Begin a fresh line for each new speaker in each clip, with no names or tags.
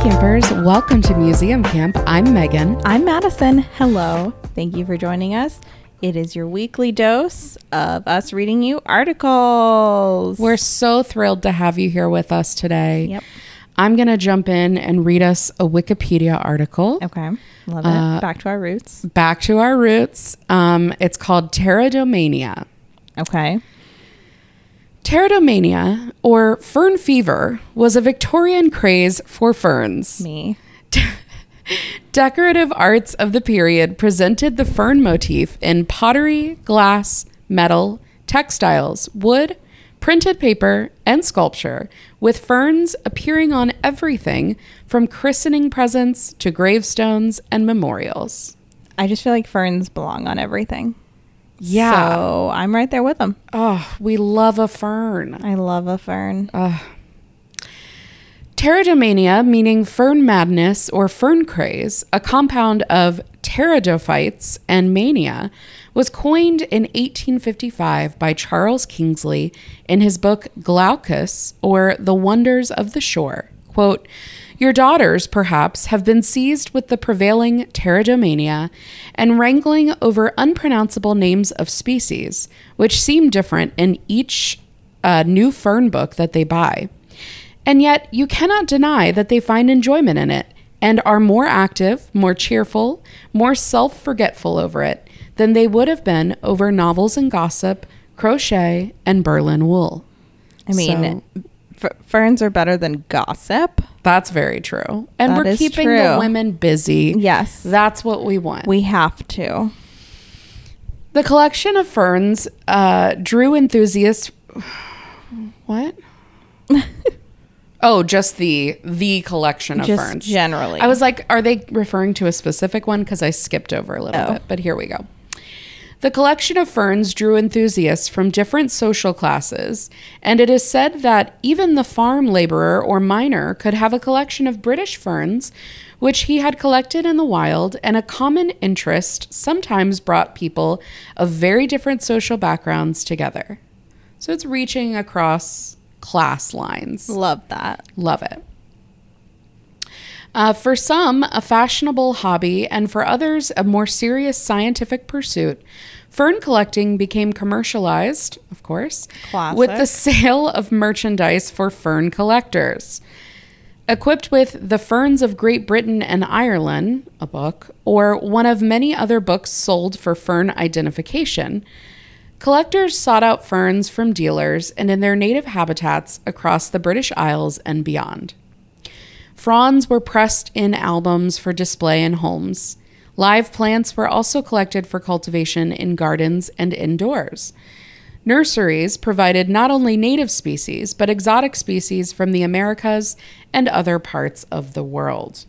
campers. Welcome to Museum Camp. I'm Megan.
I'm Madison. Hello. Thank you for joining us. It is your weekly dose of us reading you articles.
We're so thrilled to have you here with us today.
Yep.
I'm going to jump in and read us a Wikipedia article.
Okay. Love it.
Uh,
Back to our roots.
Back to our roots. Um, it's called Pterodomania.
Okay.
Pterodomania, or fern fever, was a Victorian craze for ferns.
Me.
Decorative arts of the period presented the fern motif in pottery, glass, metal, textiles, wood, printed paper, and sculpture, with ferns appearing on everything from christening presents to gravestones and memorials.
I just feel like ferns belong on everything.
Yeah.
So I'm right there with them.
Oh, we love a fern.
I love a fern.
Uh, Pterodomania, meaning fern madness or fern craze, a compound of pteridophytes and mania, was coined in 1855 by Charles Kingsley in his book Glaucus or The Wonders of the Shore. Quote, your daughters, perhaps, have been seized with the prevailing pterodomania and wrangling over unpronounceable names of species, which seem different in each uh, new fern book that they buy. And yet, you cannot deny that they find enjoyment in it and are more active, more cheerful, more self forgetful over it than they would have been over novels and gossip, crochet, and Berlin wool.
I mean, f- ferns are better than gossip.
That's very true. And
That
we're
is
keeping the
true.
women busy.
Yes.
That's what we want.
We have to.
the collection of ferns uh, drew enthusiasts. What? oh, just the the collection of
Just
ferns.
generally.
I was like, are they referring to a specific one? Because I skipped over a little
Oh.
bit, but here we go. The collection of ferns drew enthusiasts from different social classes, and it is said that even the farm laborer or miner could have a collection of British ferns, which he had collected in the wild, and a common interest sometimes brought people of very different social backgrounds together. So it's reaching across class lines.
Love that.
Love it. Uh, for some, a fashionable hobby, and for others, a more serious scientific pursuit, fern collecting became commercialized, of course, with the
Classic.
sale of merchandise for fern collectors. Equipped with The Ferns of Great Britain and Ireland, a book, or one of many other books sold for fern identification, collectors sought out ferns from dealers and in their native habitats across the British Isles and beyond. Fronds were pressed in albums for display in homes. Live plants were also collected for cultivation in gardens and indoors. Nurseries provided not only native species, but exotic species from the Americas and other parts of the world.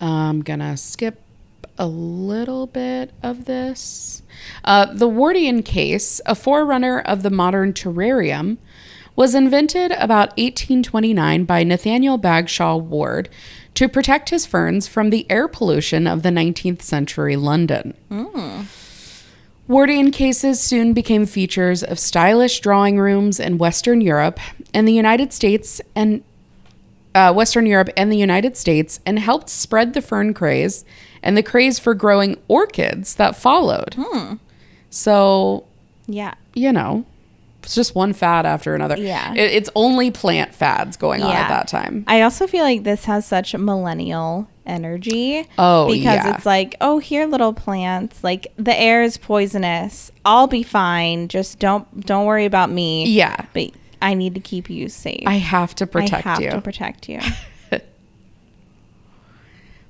I'm going to skip a little bit of this. Uh, the Wardian case, a forerunner of the modern terrarium, was invented about 1829 by Nathaniel Bagshaw Ward to protect his ferns from the air pollution of the 19th century London. Wardian cases soon became features of stylish drawing rooms in Western Europe and the United States and uh, Western Europe and the United States and helped spread the fern craze and the craze for growing orchids that followed.
Hmm.
So,
Yeah.
you know, it's just one fad after another.
Yeah.
It, it's only plant fads going on
Yeah.
at that time.
I also feel like this has such millennial energy.
Oh,
because
yeah.
it's like, oh, here, little plants. Like the air is poisonous. I'll be fine. Just don't don't worry about me.
Yeah.
but I need to keep you safe.
I have to
I
protect
have
you.
to protect you.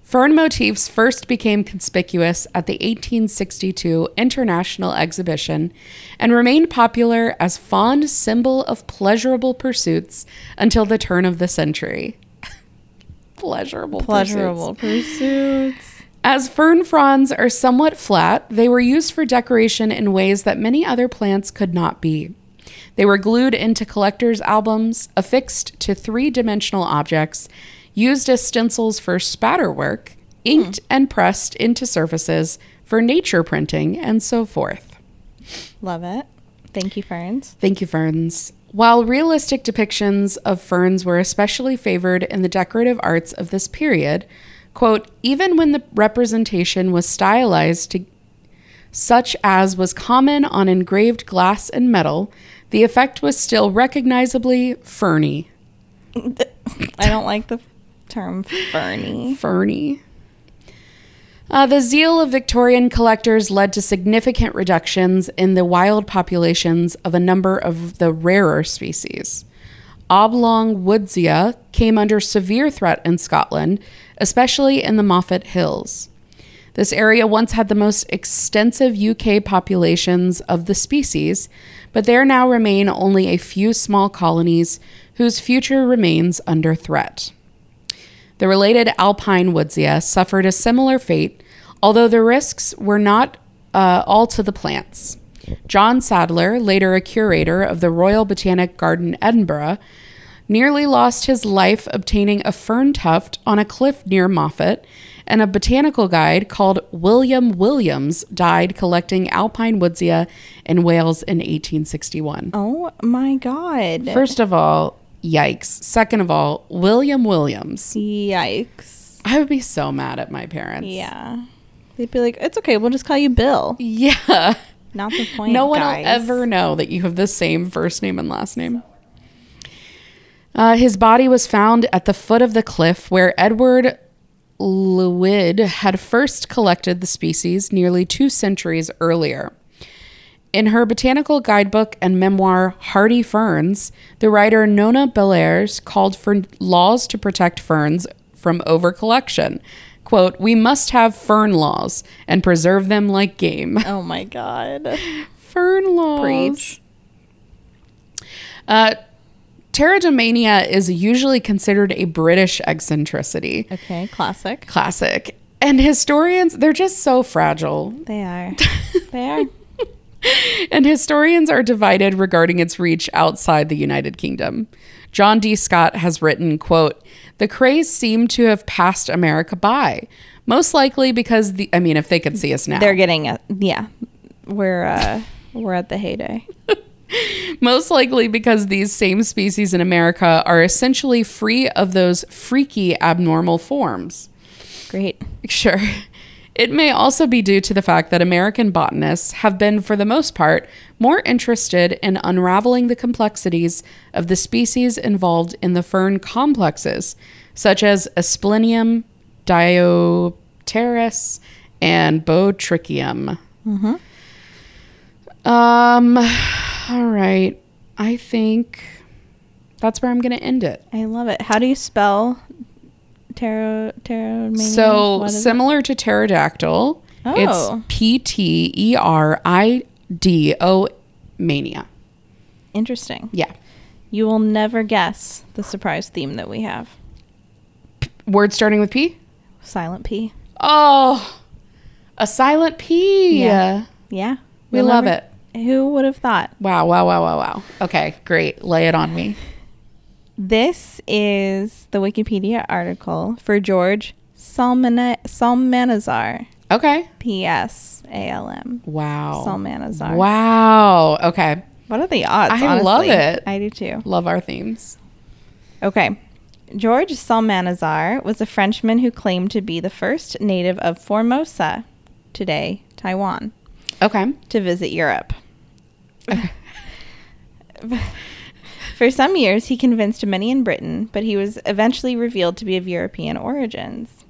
Fern motifs first became conspicuous at the 1862 International Exhibition and remained popular as fond symbol of pleasurable pursuits until the turn of the century. pleasurable pursuits.
Pleasurable pursuits.
As fern fronds are somewhat flat, they were used for decoration in ways that many other plants could not be. They were glued into collectors' albums, affixed to three dimensional objects, used as stencils for spatter work, inked and pressed into surfaces for nature printing, and so forth.
Love it. Thank you, ferns.
Thank you, ferns. While realistic depictions of ferns were especially favored in the decorative arts of this period, quote, even when the representation was stylized to such as was common on engraved glass and metal, the effect was still recognizably ferny.
I don't like the term ferny.
Ferny. Uh, the zeal of Victorian collectors led to significant reductions in the wild populations of a number of the rarer species. Oblong woodsia came under severe threat in Scotland, especially in the Moffat Hills. This area once had the most extensive UK populations of the species, but there now remain only a few small colonies whose future remains under threat. The related alpine woodsia suffered a similar fate, although the risks were not uh, all to the plants. John Sadler, later a curator of the Royal Botanic Garden, Edinburgh, nearly lost his life obtaining a fern tuft on a cliff near Moffat, and a botanical guide called William Williams died collecting alpine woodsia in Wales in 1861.
Oh my god.
First of all, yikes. Second of all, William Williams.
Yikes.
I would be so mad at my parents.
Yeah. They'd be like, it's okay, we'll just call you Bill.
Yeah.
Not the point.
No one
guys.
will ever know that you have the same first name and last name. Uh, his body was found at the foot of the cliff where Edward Lewid had first collected the species nearly two centuries earlier. In her botanical guidebook and memoir, Hardy Ferns, the writer Nona Bellairs called for laws to protect ferns from overcollection. Quote, We must have fern laws and preserve them like game.
Oh my god.
Fern laws.
Preach.
Uh, pterodomania is usually considered a British eccentricity.
Okay, classic.
Classic. And historians, they're just so fragile.
They are. They are.
and historians are divided regarding its reach outside the United Kingdom. John D. Scott has written, quote, "The craze seemed to have passed America by, most likely because the I mean, if they could see us now.
They're getting it. Yeah. We're uh we're at the heyday.
Most likely because these same species in America are essentially free of those freaky abnormal forms.
Great.
Sure. It may also be due to the fact that American botanists have been, for the most part, more interested in unraveling the complexities of the species involved in the fern complexes, such as Asplenium, Diopteris, and Botrichium. Um, all right. I think that's where I'm going to end it.
I love it. How do you spell tarot tarot
So similar to pterodactyl,
Oh.
it's P T E R I D O mania.
interesting.
Yeah.
You will never guess the surprise theme that we have.
Word starting with P?
Silent P.
Oh, a silent P.
Yeah. Yeah.
We
You'll
love
never- Who would have thought?
Wow, wow, wow, wow, wow. Okay, great. Lay it on me.
This is the Wikipedia article for George Salmana- Salmanazar.
Okay.
P S A L M.
Wow.
Salmanazar.
Wow. Okay.
What are the odds?
I love
honestly?
it.
I do too.
Love our themes.
Okay. George Salmanazar was a Frenchman who claimed to be the first native of Formosa, today Taiwan,
Okay.
to visit Europe. For some years, he convinced many in Britain, but he was eventually revealed to be of European origins.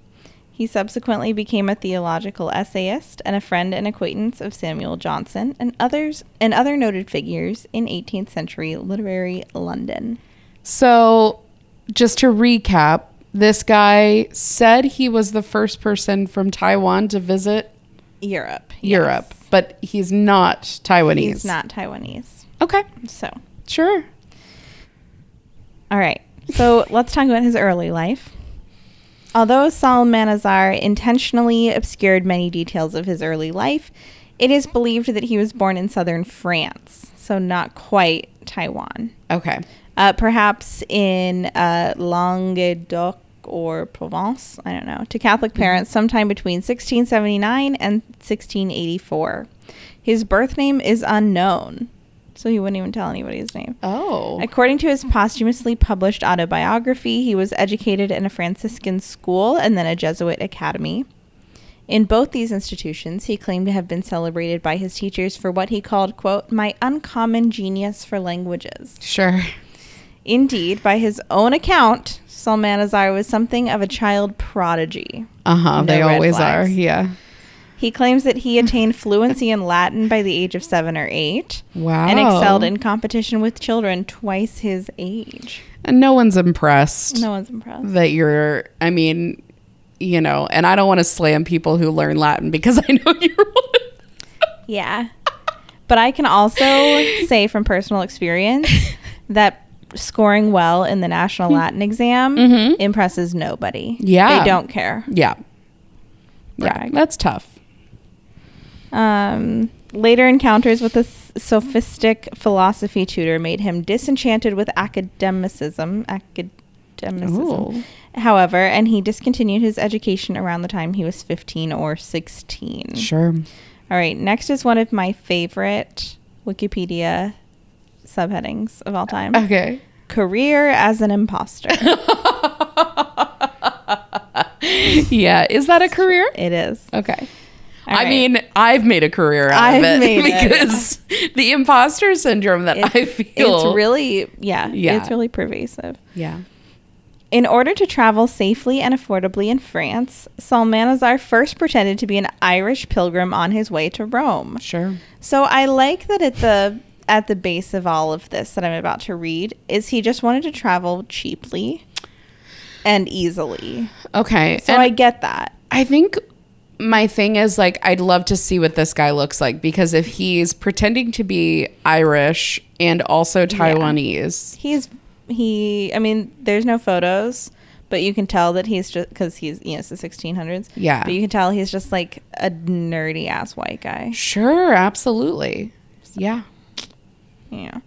He subsequently became a theological essayist and a friend and acquaintance of Samuel Johnson and others and other noted figures in 18th century literary London.
So, just to recap, this guy said he was the first person from Taiwan to visit
Europe. yes.
Europe, but he's not Taiwanese.
He's not Taiwanese.
Okay,
So,
sure.
all right. So let's talk about his early life. Although Salmanazar intentionally obscured many details of his early life, it is believed that he was born in southern France, so not quite Taiwan.
Okay.
Uh, perhaps in uh, Languedoc or Provence, I don't know, to Catholic parents sometime between 1679 and 1684. His birth name is unknown. so he wouldn't even tell anybody his name.
Oh.
According to his posthumously published autobiography, he was educated in a Franciscan school and then a Jesuit academy. In both these institutions, he claimed to have been celebrated by his teachers for what he called, quote, my uncommon genius for languages.
Sure.
Indeed, by his own account, Salmanazar was something of a child prodigy.
Uh huh.
No
they
red
always
flags.
are. Yeah.
He claims that he attained fluency in Latin by the age of seven or eight
Wow.
and excelled in competition with children twice his age.
And no one's impressed
No one's impressed.
that you're. I mean, you know, and I don't want to slam people who learn Latin because I know you're one.
Yeah. But I can also say from personal experience that scoring well in the National Latin exam
Mhm.
impresses nobody.
Hmm. Yeah.
They don't care.
yeah. Yeah.
Brag.
That's tough.
Um, later encounters with a s- sophistic philosophy tutor made him disenchanted with academicism. Academicism.
Ooh.
However, and he discontinued his education around the time he was 15 or 16.
Sure.
All right, next is one of my favorite Wikipedia subheadings of all time.
Okay.
Career as an imposter.
Yeah. Is that a career?
it is.
Okay.
All
I
right.
mean, I've made a career out
I've
of it
made it.
because the imposter syndrome that I
It's-
feel.
it's really yeah,
Yeah.
it's really pervasive.
yeah.
In order to travel safely and affordably in France, Salmanazar first pretended to be an Irish pilgrim on his way to Rome.
Sure.
So I like that at the at the base of all of this that I'm about to read is he just wanted to travel cheaply and easily.
Okay.
So
and
I get that.
I think my thing is like I'd love to see what this guy looks like because if he's pretending to be Irish and also Taiwanese,
He's he I mean there's no photos, but you can tell that he's just cuz he's you know it's the 1600s.
Yeah.
But you can tell he's just like a nerdy ass white guy.
sure, absolutely. Yeah.
Yeah.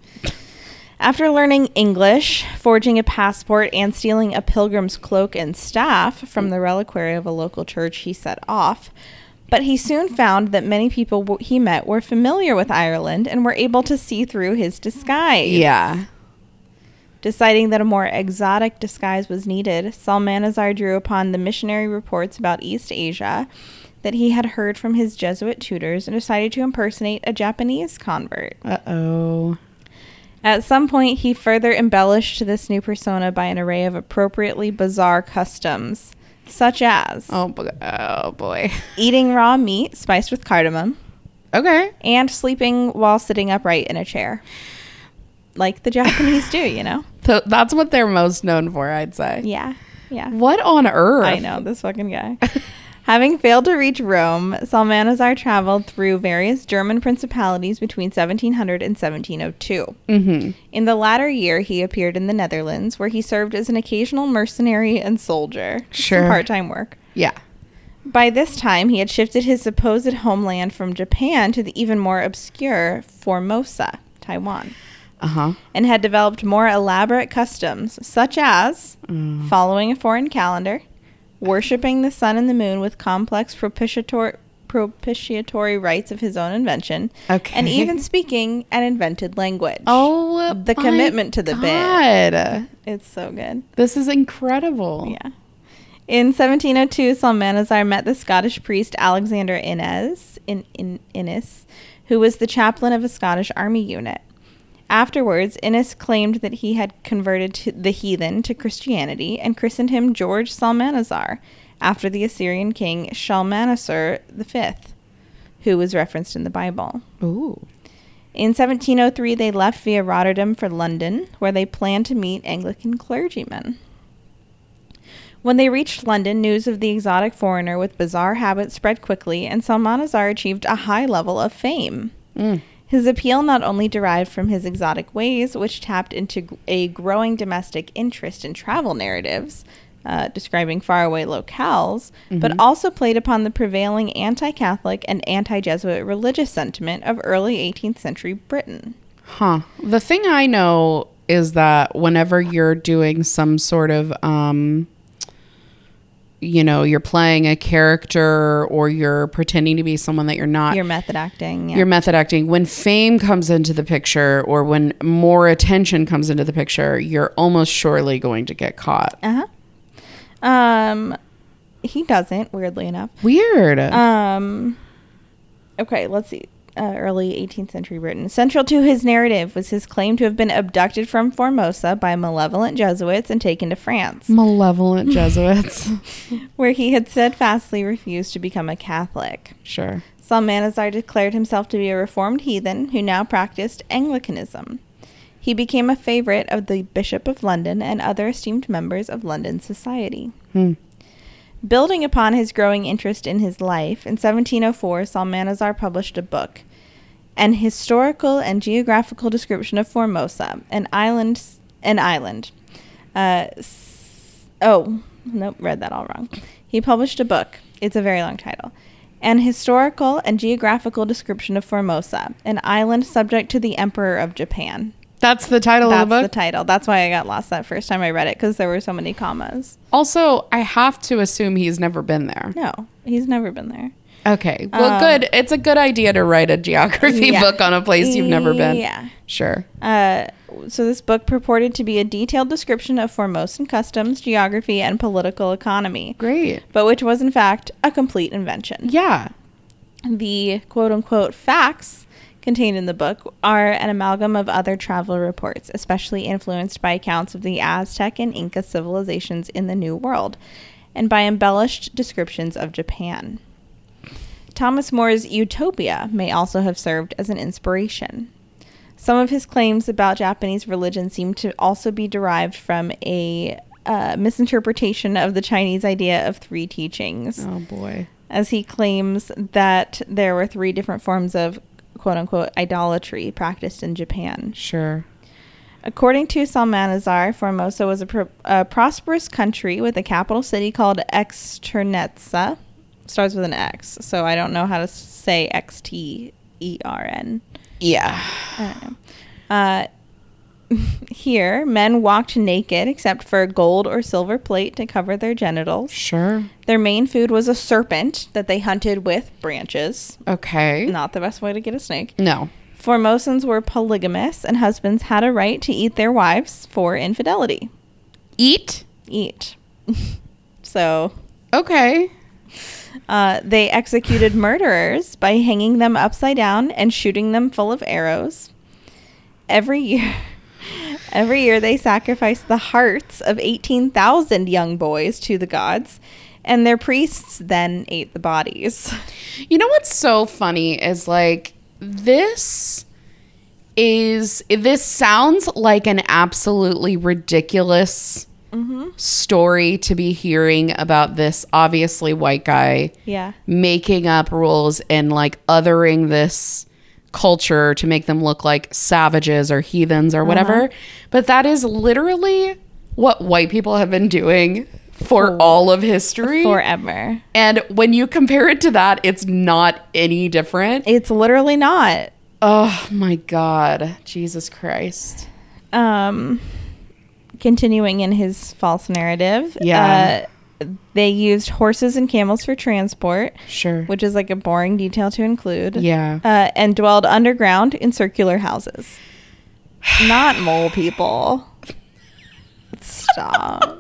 After learning English, forging a passport, and stealing a pilgrim's cloak and staff from the reliquary of a local church, he set off. But he soon found that many people w- he met were familiar with Ireland and were able to see through his disguise.
Yeah.
Deciding that a more exotic disguise was needed, Salmanazar drew upon the missionary reports about East Asia that he had heard from his Jesuit tutors and decided to impersonate a Japanese convert.
Uh-oh.
At some point, he further embellished this new persona by an array of appropriately bizarre customs, such as
Oh, bo- oh boy.
eating raw meat spiced with cardamom
Okay.
and sleeping while sitting upright in a chair. Like the Japanese do, you know?
So that's what they're most known for, I'd say.
Yeah. Yeah.
What on earth?
I know this fucking guy. Having failed to reach Rome, Salmanazar traveled through various German principalities between 1700 and 1702.
Mhm.
In the latter year, he appeared in the Netherlands, where he served as an occasional mercenary and soldier. Just some
Sure.
part-time work.
Yeah.
By this time, he had shifted his supposed homeland from Japan to the even more obscure Formosa, Taiwan
Uh-huh.
and had developed more elaborate customs, such as
Mm.
following a foreign calendar, worshipping the sun and the moon with complex propitiatory, propitiatory rites of his own invention,
Okay.
and even speaking an invented language.
Oh,
The
my
commitment to the bit.
God.
It's so good.
This is incredible.
Yeah. In 1702, Salmanazar met the Scottish priest Alexander Innes, in, in, Innes, who was the chaplain of a Scottish army unit. Afterwards, Innes claimed that he had converted to the heathen to Christianity and christened him George Salmanazar, after the Assyrian king Shalmaneser V, who was referenced in the Bible.
Ooh.
In 1703, they left via Rotterdam for London, where they planned to meet Anglican clergymen. When they reached London, news of the exotic foreigner with bizarre habits spread quickly, and Salmanazar achieved a high level of fame.
Mm.
His appeal not only derived from his exotic ways, which tapped into g- a growing domestic interest in travel narratives, uh, describing faraway locales, but
Mm-hmm.
also played upon the prevailing anti Catholic and anti Jesuit religious sentiment of early 18th century Britain.
Huh. The thing I know is that whenever you're doing some sort of um you know, you're playing a character or you're pretending to be someone that you're not.
Your method acting. Yeah.
your method acting when fame comes into the picture or when more attention comes into the picture you're almost surely going to get caught
uh huh. Um, he doesn't. Weirdly enough.
weird
Um, okay, let's see. Uh, early 18th century Britain. Central to his narrative was his claim to have been abducted from Formosa by malevolent Jesuits and taken to France,
malevolent jesuits
where he had steadfastly refused to become a Catholic.
sure
Salmanazar declared himself to be a reformed heathen who now practiced Anglicanism. He became a favorite of the Bishop of London and other esteemed members of London society.
Hmm.
Building upon his growing interest in his life, in 1704 Salmanazar published a book, An Historical and Geographical Description of Formosa, an island, an island. Uh, s- oh, nope, read that all wrong. He published a book. It's a very long title. An Historical and Geographical Description of Formosa, an island subject to the Emperor of Japan.
that's the title
That's
of the
the
book
title. That's why I got lost that first time I read it because there were so many commas.
also i have to assume he's never been there
No, he's never been there.
okay well
Um,
good it's a good idea to write a geography
Yeah.
book on a place you've never been
Yeah.
sure
Uh, so this book purported to be a detailed description of Formosan customs, geography, and political economy,
great
but which was in fact a complete invention.
yeah
The quote unquote facts contained in the book are an amalgam of other travel reports, especially influenced by accounts of the Aztec and Inca civilizations in the New World and by embellished descriptions of Japan. Thomas More's Utopia may also have served as an inspiration. Some of his claims about Japanese religion seem to also be derived from a uh, misinterpretation of the Chinese idea of three teachings
oh boy
as he claims that there were three different forms of quote unquote idolatry practiced in Japan.
sure
According to Salmanazar, Formosa was a, pro- a prosperous country with a capital city called Externetza. Starts with an X, so I don't know how to say X T E R N.
yeah
I don't know. Uh, here, men walked naked except for gold or silver plate to cover their genitals.
sure
Their main food was a serpent that they hunted with branches.
okay
Not the best way to get a snake.
no.
Formosans were polygamous, and husbands had a right to eat their wives for infidelity.
eat
Eat. so
okay
uh, they executed murderers by hanging them upside down and shooting them full of arrows. Every year, every year they sacrificed the hearts of 18,000 young boys to the gods, and their priests then ate the bodies.
You know what's so funny is like this is this sounds like an absolutely ridiculous Mm-hmm. story to be hearing about this obviously white guy
Yeah.
making up rules and like othering this culture to make them look like savages or heathens or whatever. But that is literally what white people have been doing for, all of history.
Forever.
And when you compare it to that, it's not any different.
It's literally not.
Oh my God. Jesus Christ.
um continuing in his false narrative
Yeah.
uh, they used horses and camels for transport
Sure.
which is like a boring detail to include
Yeah.
uh, and dwelled underground in circular houses not mole people stop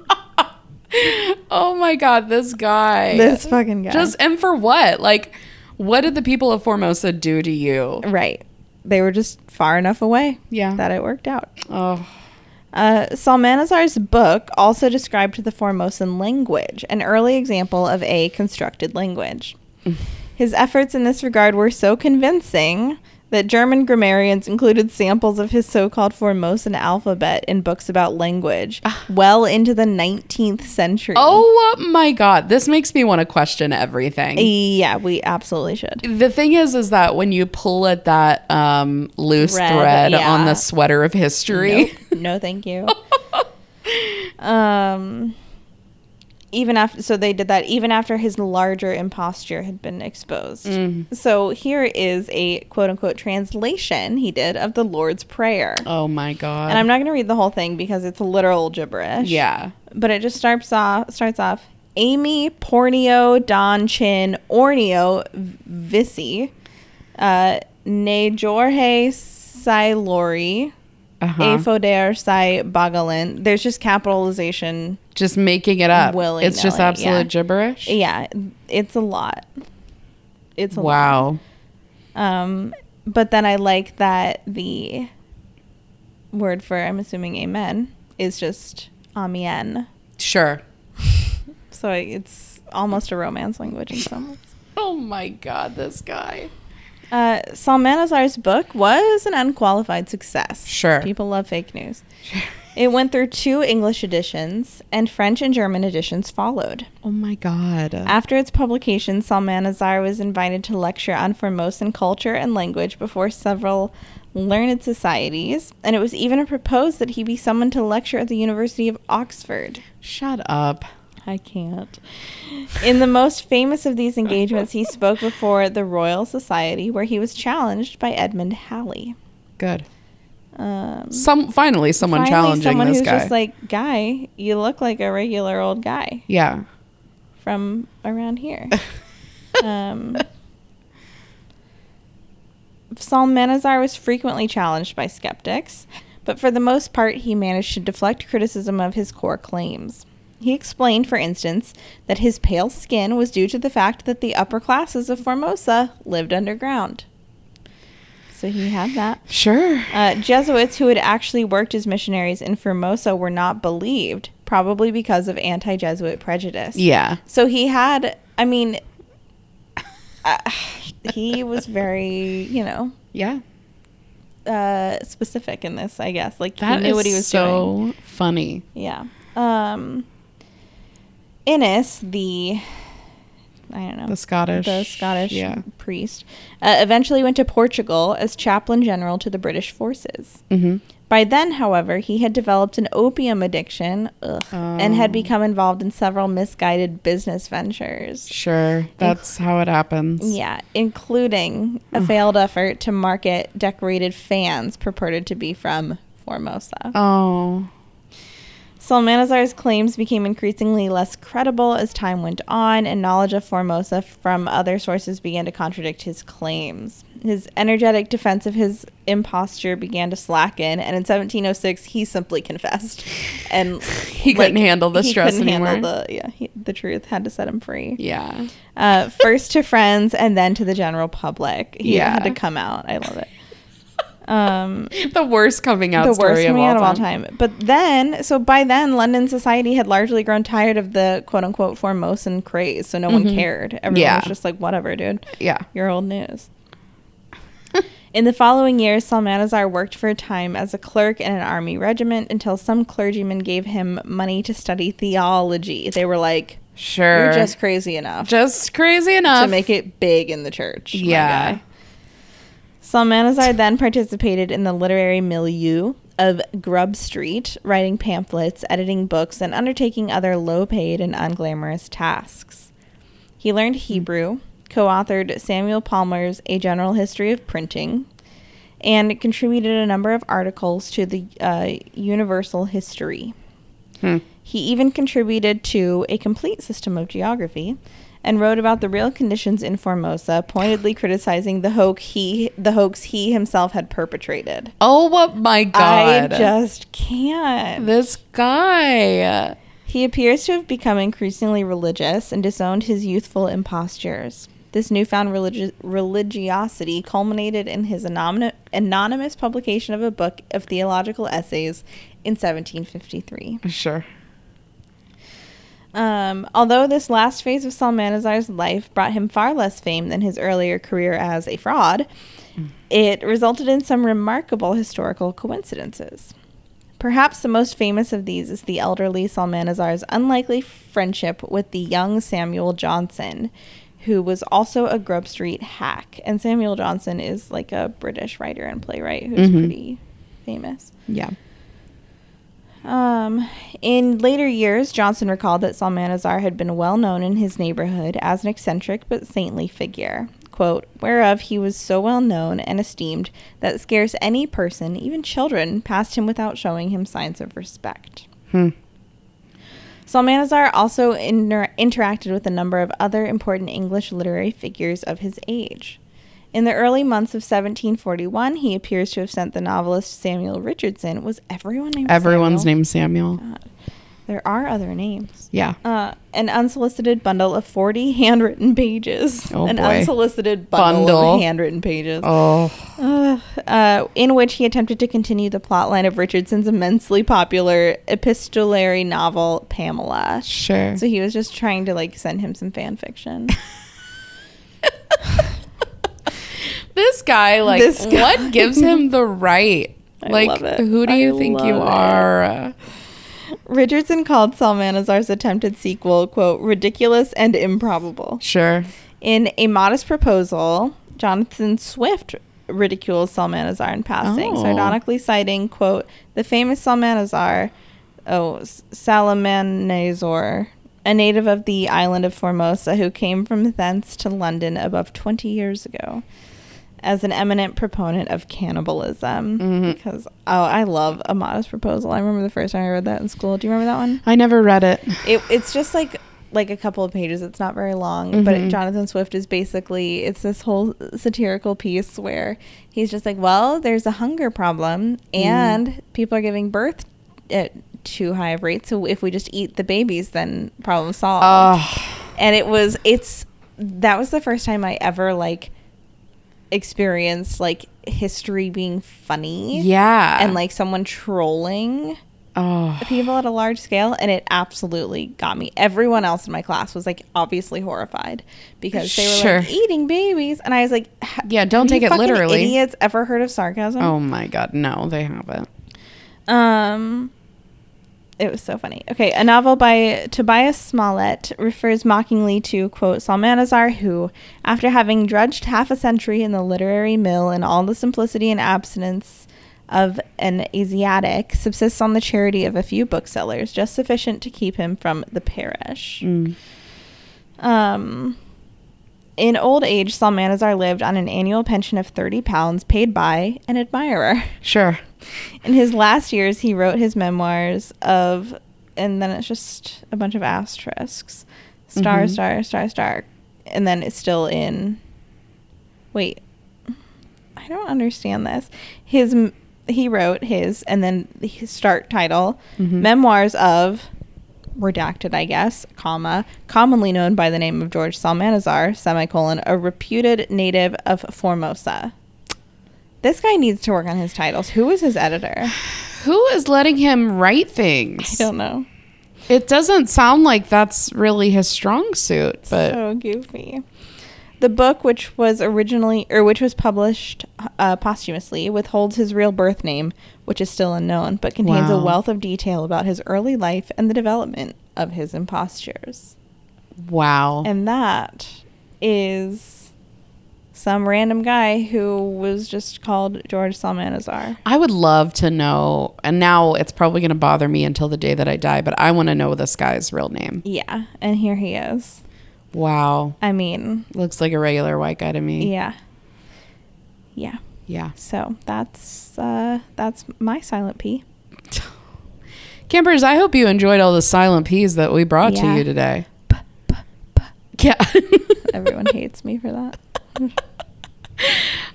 Oh my God. This guy.
this fucking guy
Just, and for what? Like, what did the people of Formosa do to you?
right they were just far enough away
Yeah.
that it worked out
Oh,
Uh, Salmanazar's book also described the Formosan language, an early example of a constructed language. His efforts in this regard were so convincing that German grammarians included samples of his so called Formosan alphabet in books about language well into the 19th century.
oh my God. This makes me want to question everything.
yeah, we absolutely should.
the thing is is that when you pull at that um, loose
Thread,
thread on
yeah.
the sweater of history
Nope. No, thank you. um, even after, so they did that even after his larger imposture had been exposed. So here is a quote unquote translation he did of the Lord's Prayer.
oh my god
And I'm not going to read the whole thing because it's literal gibberish.
yeah
But it just starts off starts off Amy Pornio Don Chin Ornio Visi, uh, Ne Jorge Silori,
Uh-huh.
Afoder Sai Bagalin. There's just capitalization.
just making it up.
Willy
it's just
nilly,
absolute
yeah.
gibberish.
Yeah, it's a lot. It's a lot.
Wow.
Um, but then I like that the word for I'm assuming amen is just amen.
Sure.
So it's almost a romance language in some ways.
Oh my God, this guy.
Uh, Salmanazar's book was an unqualified success.
Sure.
People love fake news. It went through two English editions, and French and German editions followed.
Oh my God.
After its publication, Salmanazar was invited to lecture on Formosan culture and language before several learned societies, and it was even proposed that he be summoned to lecture at the University of Oxford.
Shut up.
I can't. In the most famous of these engagements, he spoke before the Royal Society, where he was challenged by Edmund Halley.
Good.
Um,
Some finally someone
finally
challenging
someone
this
who's
guy.
just like, guy, you look like a regular old guy
yeah.
from around here. um, Salmanazar was frequently challenged by skeptics, but for the most part, he managed to deflect criticism of his core claims. He explained, for instance, that his pale skin was due to the fact that the upper classes of Formosa lived underground. So he had that.
Sure.
Uh, Jesuits who had actually worked as missionaries in Formosa were not believed, probably because of anti Jesuit prejudice.
Yeah.
So he had, I mean, uh, he was very, you know,
Yeah.
uh, specific in this, I guess. Like
That
he knew
is
what he was doing.
so funny.
Yeah. Um, Innes, the, I don't know,
The Scottish.
the Scottish
Yeah.
priest, uh, eventually went to Portugal as chaplain general to the British forces.
Mm-hmm.
By then, however, he had developed an opium addiction ugh, and
Oh.
had become involved in several misguided business ventures.
Sure. That's how it happens.
Yeah, including
Mm-hmm.
a failed effort to market decorated fans purported to be from Formosa.
Oh.
Salmanazar's claims became increasingly less credible as time went on, and knowledge of Formosa from other sources began to contradict his claims. His energetic defense of his imposture began to slacken, and in 1706 he simply confessed, and
He couldn't handle the stress
couldn't handle
anymore.
the- yeah, he- the truth had to set him free.
Yeah.
Uh, first to friends, and then to the general public. He
Yeah.
had to come out. I love it. Um,
The worst coming out
the
story
worst
of,
coming
all
out of all
time.
time. But then, so by then, London society had largely grown tired of the quote unquote Formosan craze, so no one cared. Everyone
Mm-hmm. Yeah.
was just like, whatever, dude,
Yeah.
you're old news. In the following years, Salmanazar worked for a time as a clerk in an army regiment until some clergymen gave him money to study theology. They were like,
Sure.
you're just crazy enough
just crazy enough.
to make it big in the church. my
Yeah.
guy. Salmanazar then participated in the literary milieu of Grub Street, writing pamphlets, editing books, and undertaking other low paid and unglamorous tasks. He learned Hebrew, co authored Samuel Palmer's A General History of Printing, and contributed a number of articles to the uh, Universal History.
Hmm.
He even contributed to A Complete System of Geography and wrote about the real conditions in Formosa, pointedly criticizing the hoax he the hoax he himself had perpetrated.
Oh what my
I
god.
just can't.
this guy.
He appears to have become increasingly religious and disowned his youthful impostures. This newfound religi- religiosity culminated in his anomino- anonymous publication of a book of theological essays in 1753.
Sure.
Um, although this last phase of Salmanazar's life brought him far less fame than his earlier career as a fraud, it resulted in some remarkable historical coincidences. Perhaps the most famous of these is the elderly Salmanazar's unlikely friendship with the young Samuel Johnson, who was also a Grub Street hack. And Samuel Johnson is like a British writer and playwright who's
Mhm.
pretty famous.
Yeah.
Um, in later years, Johnson recalled that Salmanazar had been well known in his neighborhood as an eccentric but saintly figure. Quote, whereof he was so well known and esteemed that scarce any person, even children, passed him without showing him signs of respect.
Hmm.
Psalmanazar also inter- interacted with a number of other important English literary figures of his age. In the early months of 1741, he appears to have sent the novelist Samuel Richardson. Was everyone named
Everyone's
Samuel? Uh,
named Samuel.
God. There are other names.
Yeah.
Uh, an unsolicited bundle of 40 handwritten pages.
Oh,
an
boy.
unsolicited bundle,
Bundle.
of handwritten pages.
Oh,
Ugh. uh, in which he attempted to continue the plotline of Richardson's immensely popular epistolary novel, Pamela.
sure.
So he was just trying to like send him some fan fiction.
this guy, like,
This guy.
what gives him the right?
I
like,
love it.
who do
I
you think you
love it.
are?
Richardson called Salmanazar's attempted sequel, quote, ridiculous and improbable.
Sure.
In A Modest Proposal, Jonathan Swift ridicules Salmanazar in passing,
Oh.
sardonically citing, quote, the famous Salmanazar, oh, S- Salamanazor, a native of the island of Formosa who came from thence to London above 20 years ago, as an eminent proponent of cannibalism. Because, oh, I love A Modest Proposal. I remember the first time I read that in school. Do you remember that one?
I never read it.
it, it's just like like a couple of pages it's not very long
Mm-hmm.
but jonathan swift is basically it's this whole satirical piece where he's just like well there's a hunger problem
Mm-hmm.
and people are giving birth at too high of rates so if we just eat the babies then problem solved
Oh,
and it was it's that was the first time i ever like experienced like history being funny
yeah.
and like someone trolling
oh,
people at a large scale and it absolutely got me everyone else in my class was like obviously horrified because they were
Sure.
like eating babies and i was like "Ha-
yeah. Don't
have
take
you
it
fucking
literally.
idiots ever heard of sarcasm
Oh my God, no, they haven't.
um it was so funny okay a novel by tobias smollett refers mockingly to quote salmanazar who after having drudged half a century in the literary mill in all the simplicity and abstinence of an asiatic subsists on the charity of a few booksellers just sufficient to keep him from the parish
Mm.
um, in old age, Salmanazar lived on an annual pension of thirty pounds paid by an admirer.
Sure.
In his last years, he wrote his memoirs of, and then it's just a bunch of asterisks, star,
Mhm.
star, star, star, and then it's still in. Wait, I don't understand this. His m- he wrote his, and then his start title,
Mhm.
memoirs of, redacted, I guess, comma, commonly known by the name of George Salmanazar, semicolon, a reputed native of Formosa. This guy needs to work on his titles. Who is his editor? I
Who is letting him write things?
don't know.
It doesn't sound like that's really his strong suit, but
so goofy. The book, which was originally or which was published uh, posthumously, withholds his real birth name, which is still unknown, but contains a
Wow.
wealth of detail about his early life and the development of his impostures.
wow.
And that is some random guy who was just called George Salmanazar.
I would love to know, and now it's probably going to bother me until the day that I die, but I want to know this guy's real name.
Yeah, and here he is.
Wow.
I mean,
Looks like a regular white guy to me.
yeah. Yeah.
Yeah.
So that's uh that's my silent P.
Campers, I hope you enjoyed all the silent peas that we brought
Yeah.
to you today.
P, p, p.
Yeah.
Everyone hates me for that.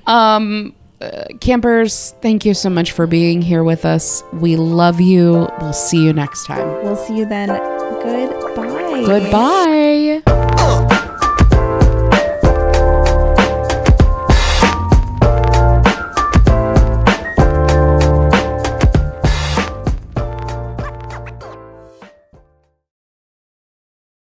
Um, uh, campers, thank you so much for being here with us. We love you. We'll see you next time.
We'll see you then. Goodbye.
Goodbye.